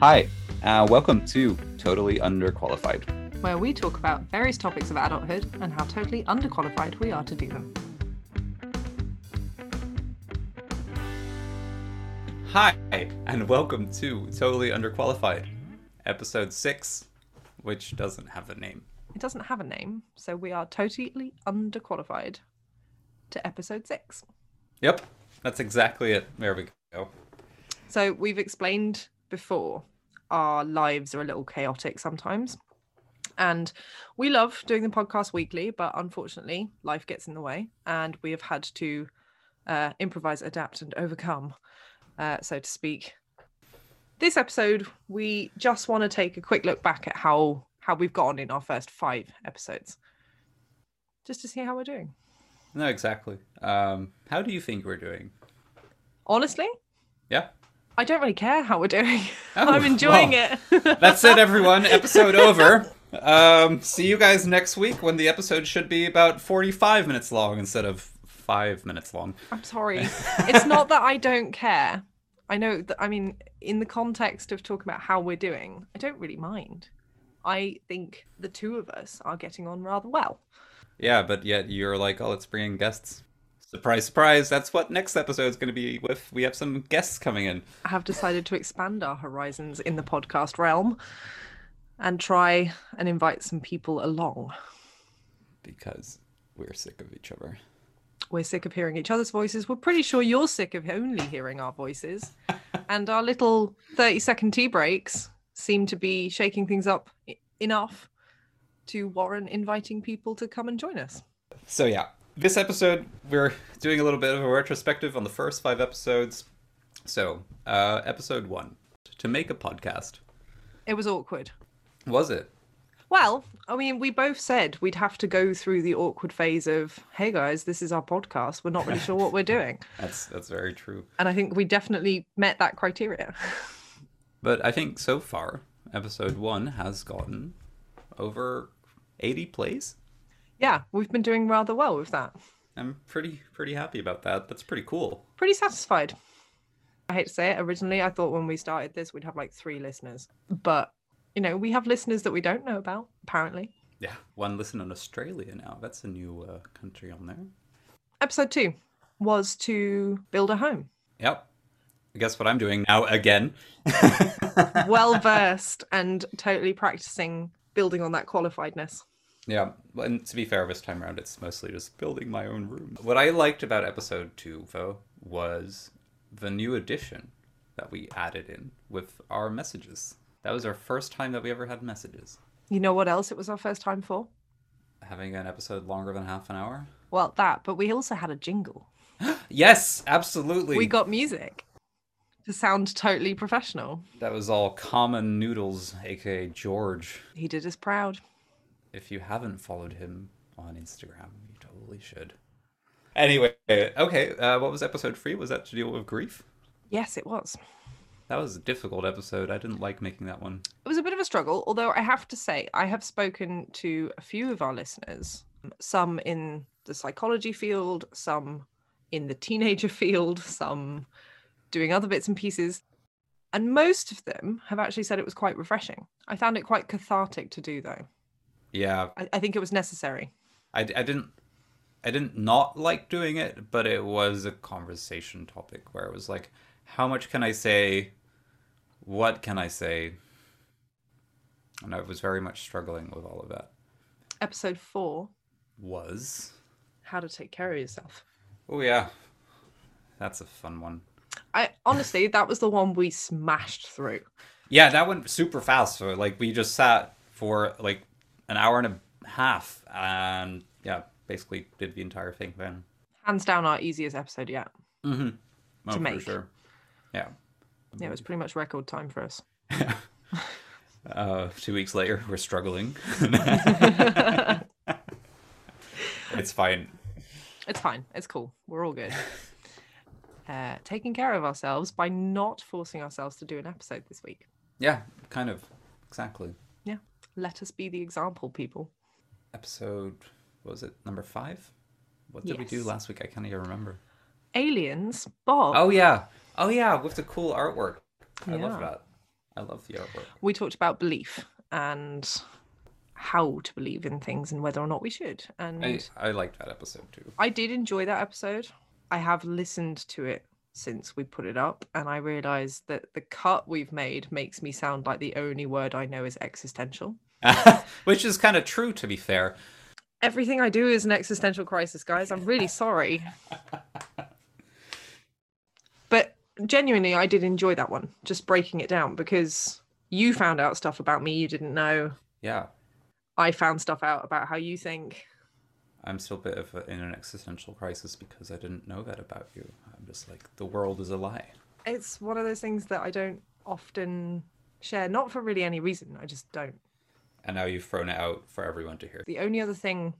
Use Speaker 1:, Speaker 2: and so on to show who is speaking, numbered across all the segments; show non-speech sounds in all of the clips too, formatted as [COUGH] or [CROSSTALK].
Speaker 1: Hi, uh, welcome to Totally Underqualified.
Speaker 2: where we talk about various topics of adulthood and how totally underqualified we are to do them.
Speaker 1: Hi, and welcome to Totally Underqualified, episode six, which doesn't have a name.
Speaker 2: It doesn't have a name, so we are totally underqualified to episode six.
Speaker 1: Yep, that's exactly it. There we go.
Speaker 2: So we've explained before our lives are a little chaotic sometimes. And we love doing the podcast weekly, but unfortunately, life gets in the way and we have had to uh, improvise, adapt, and overcome, uh, so to speak. This episode, we just want to take a quick look back at how how we've gone in our first five episodes, just to see how we're doing.
Speaker 1: No, exactly. Um, how do you think we're doing?
Speaker 2: Honestly,
Speaker 1: Yeah,
Speaker 2: I don't really care how we're doing.
Speaker 1: Oh,
Speaker 2: [LAUGHS] I'm enjoying
Speaker 1: well.
Speaker 2: it.
Speaker 1: that's it, [LAUGHS] everyone. episode over. Um, see you guys next week when the episode should be about 45 minutes long instead of five minutes long.
Speaker 2: I'm sorry. it's not that I don't care. I know that, I mean, in the context of talking about how we're doing, I don't really mind. I think the two of us are getting on rather well.
Speaker 1: Yeah, but yet you're like, oh, let's bring in guests. Surprise, surprise. That's what next episode's going to be with. We have some guests coming in.
Speaker 2: I have decided to expand our horizons in the podcast realm and try and invite some people along.
Speaker 1: because we're sick of each other.
Speaker 2: We're sick of hearing each other's voices. We're pretty sure you're sick of only hearing our voices. and our little 30 second tea breaks seem to be shaking things up e- enough to warrant inviting people to come and join us.
Speaker 1: So yeah, this episode we're doing a little bit of a retrospective on the first five episodes. So, uh, episode one, to make a podcast,
Speaker 2: It was awkward.
Speaker 1: was it?
Speaker 2: Well, I mean, we both said we'd have to go through the awkward phase of, hey guys, this is our podcast. We're not really sure what we're doing.
Speaker 1: That's that's very true.
Speaker 2: And I think we definitely met that criteria. [LAUGHS]
Speaker 1: But I think so far, episode one has gotten over eighty plays.
Speaker 2: yeah, we've been doing rather well with that.
Speaker 1: I'm pretty pretty happy about that. That's pretty cool.
Speaker 2: pretty satisfied. I hate to say it. Originally, I thought when we started this, we'd have like three listeners, but you know, we have listeners that we don't know about. Apparently,
Speaker 1: Yeah, one listen in Australia now. That's a new uh, country on there.
Speaker 2: episode two was to build a home.
Speaker 1: Yep. Guess what I'm doing now again?
Speaker 2: Well versed and totally practicing building on that qualifiedness.
Speaker 1: Yeah, and to be fair, this time around it's mostly just building my own room. What I liked about episode two, though, was the new addition that we added in with our messages. That was our first time that we ever had messages.
Speaker 2: You know what else it was our first time for?
Speaker 1: Having an episode longer than half an hour?
Speaker 2: Well, that, but we also had a jingle.
Speaker 1: Yes, absolutely.
Speaker 2: We got music to sound totally professional.
Speaker 1: that was all Common Noodles, aka George.
Speaker 2: He did us proud.
Speaker 1: If you haven't followed him on Instagram, you totally should. Anyway, okay, uh, what was episode three? Was that to deal with grief?
Speaker 2: Yes, it was.
Speaker 1: That was a difficult episode. I didn't like making that one.
Speaker 2: it was a bit of a struggle although i have to say i have spoken to a few of our listeners some in the psychology field some in the teenager [LAUGHS] field some doing other bits and pieces and most of them have actually said it was quite refreshing i found it quite cathartic to do though
Speaker 1: Yeah,
Speaker 2: i, I think it was necessary
Speaker 1: I, I didn't I didn't not like doing it, but it was a conversation topic where it was like, how much can I say? What can I say? And I was very much struggling with all of that.
Speaker 2: episode four
Speaker 1: Was
Speaker 2: how to take care of yourself
Speaker 1: oh yeah, that's a fun one.
Speaker 2: i honestly that was the one we smashed through
Speaker 1: Yeah, that went super fast. So like we just sat for like an hour and a half, and yeah, basically did the entire thing then.
Speaker 2: hands down our easiest episode yet
Speaker 1: Oh, for
Speaker 2: make.
Speaker 1: sure. Yeah.
Speaker 2: yeah it was pretty much record time for us
Speaker 1: Uh, two weeks later, we're
Speaker 2: [LAUGHS]
Speaker 1: struggling. it's fine.
Speaker 2: It's fine. It's cool. We're all good. Uh, taking care of ourselves by not forcing ourselves to do an episode this week.
Speaker 1: Yeah, kind of. Exactly.
Speaker 2: Yeah. Let us be the example, people.
Speaker 1: Episode, what was it, number five? What did we do
Speaker 2: Yes.
Speaker 1: last week? I can't even remember.
Speaker 2: Aliens, Bob.
Speaker 1: Oh, yeah. Oh, yeah, with the cool artwork. I love
Speaker 2: Yeah.
Speaker 1: that. I love the artwork.
Speaker 2: we talked about belief and how to believe in things and whether or not we should. And
Speaker 1: I, I liked that episode too.
Speaker 2: I did enjoy that episode. I have listened to it since we put it up, and I realized that the cut we've made makes me sound like the only word I know is existential.
Speaker 1: [LAUGHS] Which is kind of true, to be fair.
Speaker 2: Everything I do is an existential crisis, guys. I'm really sorry. but genuinely, I did enjoy that one, just breaking it down because you found out stuff about me you didn't know.
Speaker 1: Yeah,
Speaker 2: I found stuff out about how you think.
Speaker 1: I'm still a bit of a, in an existential crisis because I didn't know that about you. I'm just like, the world is a lie.
Speaker 2: It's one of those things that I don't often share, not for really any reason. I just don't.
Speaker 1: And now you've thrown it out for everyone to hear.
Speaker 2: The only other thing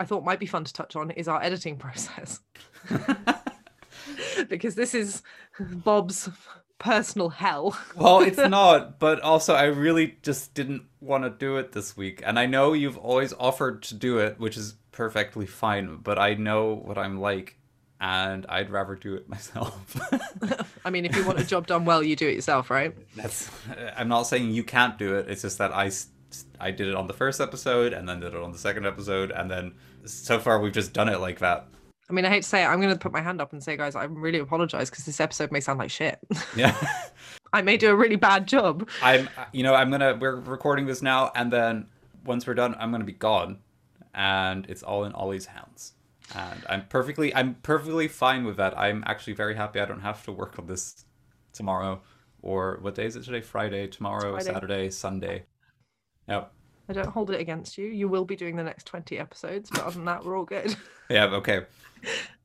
Speaker 2: I thought might be fun to touch on is our editing [LAUGHS] process. because this is Bob's personal hell.
Speaker 1: well, it's not, but also I really just didn't want to do it this week. And I know you've always offered to do it, which is perfectly fine, but I know what I'm like and I'd rather do it [LAUGHS] myself.
Speaker 2: I mean, if you want a job done well, you do it yourself, right?
Speaker 1: That's [LAUGHS] I'm not saying you can't do it. It's just that I s- I did it on the first episode and then did it on the second episode and then so far we've just done it like that. [LAUGHS]
Speaker 2: I mean, I hate to say it, I'm going to put my hand up and say, guys, I really apologize because this episode may sound like shit. [LAUGHS]
Speaker 1: Yeah.
Speaker 2: I may do a really bad job.
Speaker 1: I'm you know, I'm going to we're recording this now and then once we're done I'm going to be gone and it's all in Ollie's hands. And I'm perfectly I'm perfectly fine with that. I'm actually very happy I don't have to work on this tomorrow or what day is it today? Friday, tomorrow,
Speaker 2: Friday.
Speaker 1: Saturday, Sunday. Yep.
Speaker 2: I don't hold it against you. You will be doing the next 20 episodes, but other than that, we're all good. [LAUGHS]
Speaker 1: Yeah, okay.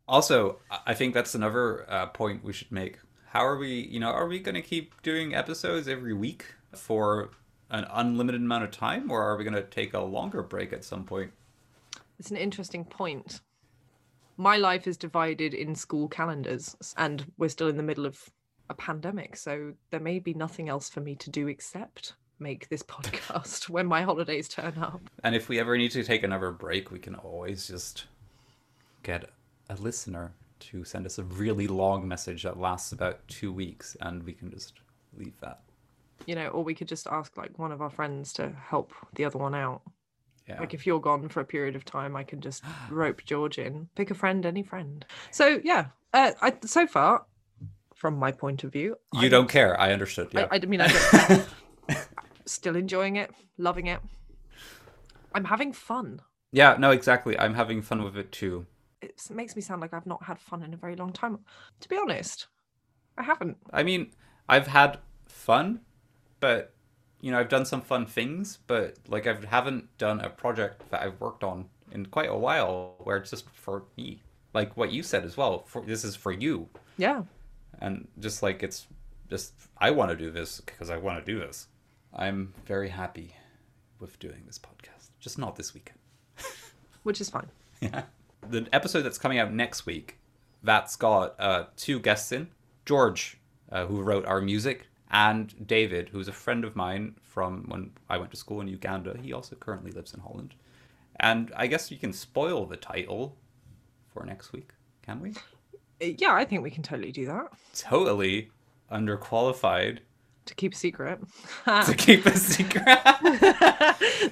Speaker 1: Also, I I think that's another uh, point we should make. How are we, you know, are we going to keep doing episodes every week for an unlimited amount of time, or are we going to take a longer break at some point?
Speaker 2: It's an interesting point. My life is divided in school calendars, and we're still in the middle of a pandemic. So there may be nothing else for me to do except make this [LAUGHS] podcast when my holidays turn up.
Speaker 1: And if we ever need to take another break, we can always just get a listener to send us a really long message that lasts about two weeks, and we can just leave that.
Speaker 2: You know, or we could just ask like one of our friends to help the other one out.
Speaker 1: Yeah.
Speaker 2: Like if you're gone for a period of time, I can
Speaker 1: [GASPS]
Speaker 2: just rope George in. Pick a friend, any friend. So yeah, uh, I, so far, from my point of view,
Speaker 1: You don't care. I understood. Yeah.
Speaker 2: I, I mean, I
Speaker 1: [LAUGHS]
Speaker 2: don't, still enjoying it, loving it. I'm having fun.
Speaker 1: yeah, no, exactly. I'm having fun with it too.
Speaker 2: It s- makes me sound like I've not had fun in a very long time. To be honest, I haven't.
Speaker 1: I mean, I've had fun, but you know, I've done some fun things, but like I haven't done a project that I've worked on in quite a while where it's just for me. Like what you said as well, for, this is for you,
Speaker 2: Yeah,
Speaker 1: and just like it's just I want to do this because I want to do this. I'm very happy with doing this podcast, just not this weekend.
Speaker 2: which is fine.
Speaker 1: [LAUGHS] The episode that's coming out next week, that's got uh, two guests in George, uh, who wrote our music, and David, who's a friend of mine from when I went to school in Uganda. He also currently lives in Holland. And I guess you can spoil the title for next week, can we?
Speaker 2: Uh, Yeah, I think we can totally do that
Speaker 1: Totally underqualified
Speaker 2: to keep a secret. [LAUGHS]
Speaker 1: to keep a secret.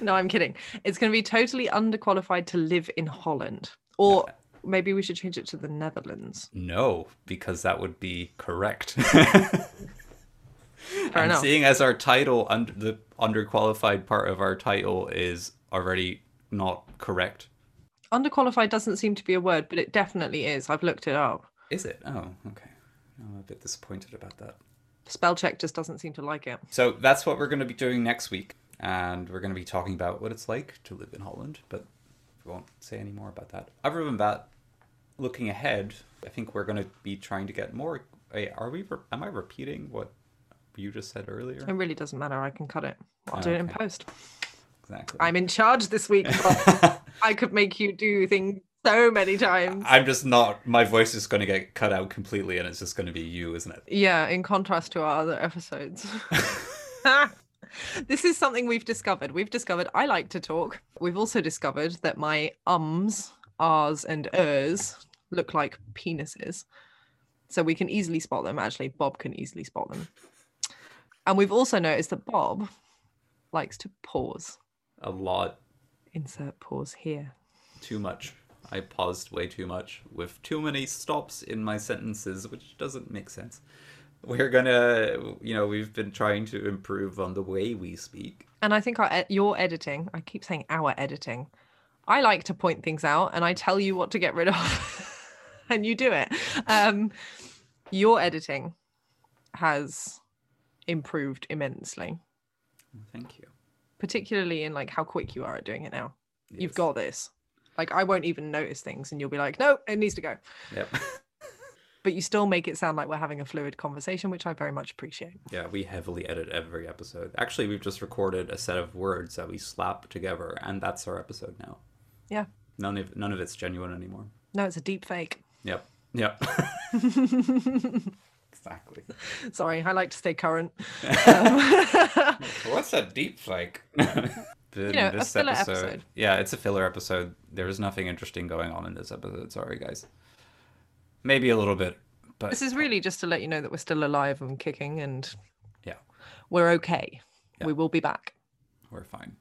Speaker 1: [LAUGHS]
Speaker 2: [LAUGHS] no, I'm kidding. It's going to be totally underqualified to live in Holland, or maybe we should change it to the Netherlands.
Speaker 1: no, because that would be correct. [LAUGHS]
Speaker 2: Fair
Speaker 1: and
Speaker 2: enough.
Speaker 1: seeing as our title under the underqualified part of our title is already not correct
Speaker 2: Underqualified doesn't seem to be a word, but it definitely is. I've looked it up.
Speaker 1: is it oh okay i'm a bit disappointed about that
Speaker 2: Spell check just doesn't seem to like it.
Speaker 1: so that's what we're going to be doing next week and we're going to be talking about what it's like to live in holland but we won't say any more about that other than that looking ahead i think we're going to be trying to get more Wait, are we re- am i repeating what you just said earlier
Speaker 2: It really doesn't matter. I can cut it. I'll do it in
Speaker 1: Okay.
Speaker 2: post.
Speaker 1: exactly
Speaker 2: I'm in charge this week. Bob.
Speaker 1: [LAUGHS]
Speaker 2: I could make you do things so many times.
Speaker 1: I'm just not. My voice is going to get cut out completely, and it's just going to be you, isn't it?
Speaker 2: Yeah, in contrast to our other episodes. [LAUGHS] this is something we've discovered. We've discovered I like to talk. We've also discovered that my ums, r's, and ers look like penises. So we can easily spot them. Actually, Bob can easily spot them. And we've also noticed that Bob likes to pause.
Speaker 1: A lot.
Speaker 2: Insert pause here.
Speaker 1: Too much. I paused way too much with too many stops in my sentences, which doesn't make sense. We're gonna, you know, we've been trying to improve on the way we speak.
Speaker 2: And I think our, e- your editing, I keep saying our editing, I like to point things out and I tell you what to get rid of [LAUGHS] and you do it. Um, your editing has improved immensely,
Speaker 1: Thank you.
Speaker 2: particularly in like how quick you are at doing it now. You've
Speaker 1: Yes.
Speaker 2: got this. Like I won't even notice things and you'll be like, no, it needs to go.
Speaker 1: Yep.
Speaker 2: But you still make it sound like we're having a fluid conversation, which I very much appreciate.
Speaker 1: Yeah, we heavily edit every episode. Actually, we've just recorded a set of words that we slap together, and that's our episode now.
Speaker 2: Yeah.
Speaker 1: None of none of it's genuine anymore.
Speaker 2: No, it's a deep fake.
Speaker 1: Yep.
Speaker 2: [LAUGHS]
Speaker 1: Yep. [LAUGHS] exactly.
Speaker 2: Sorry, I like to stay current.
Speaker 1: What's a deep fake?
Speaker 2: [LAUGHS] You know, a filler episode.
Speaker 1: Yeah, it's a filler episode. There is nothing interesting going on in this episode. Sorry, guys. Maybe a little bit, but
Speaker 2: This is really just to let you know that we're still alive and kicking and
Speaker 1: yeah,
Speaker 2: we're okay.
Speaker 1: Yeah.
Speaker 2: We will be back.
Speaker 1: we're fine.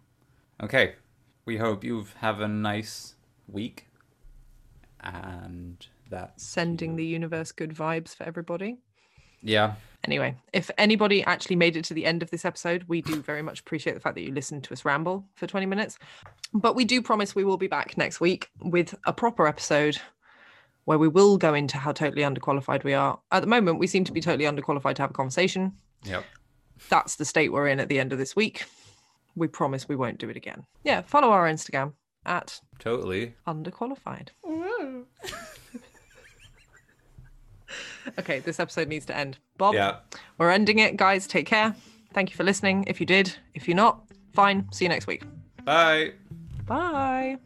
Speaker 1: Okay. We hope you have a nice week, and that's
Speaker 2: Sending the universe good vibes for everybody.
Speaker 1: yeah.
Speaker 2: Anyway, if anybody actually made it to the end of this episode, we do very much appreciate the fact that you listened to us ramble for 20 minutes. But we do promise we will be back next week with a proper episode where we will go into how totally underqualified we are. At the moment, we seem to be totally underqualified to have a conversation.
Speaker 1: Yep.
Speaker 2: that's the state we're in at the end of this week. We promise we won't do it again. Yeah, follow our Instagram at
Speaker 1: Totally.
Speaker 2: underqualified. [LAUGHS] okay, this episode needs to end. Bob,
Speaker 1: Yeah.
Speaker 2: we're ending it. Guys, take care. Thank you for listening. If you did, if you're not, fine. See you next week.
Speaker 1: Bye.
Speaker 2: Bye.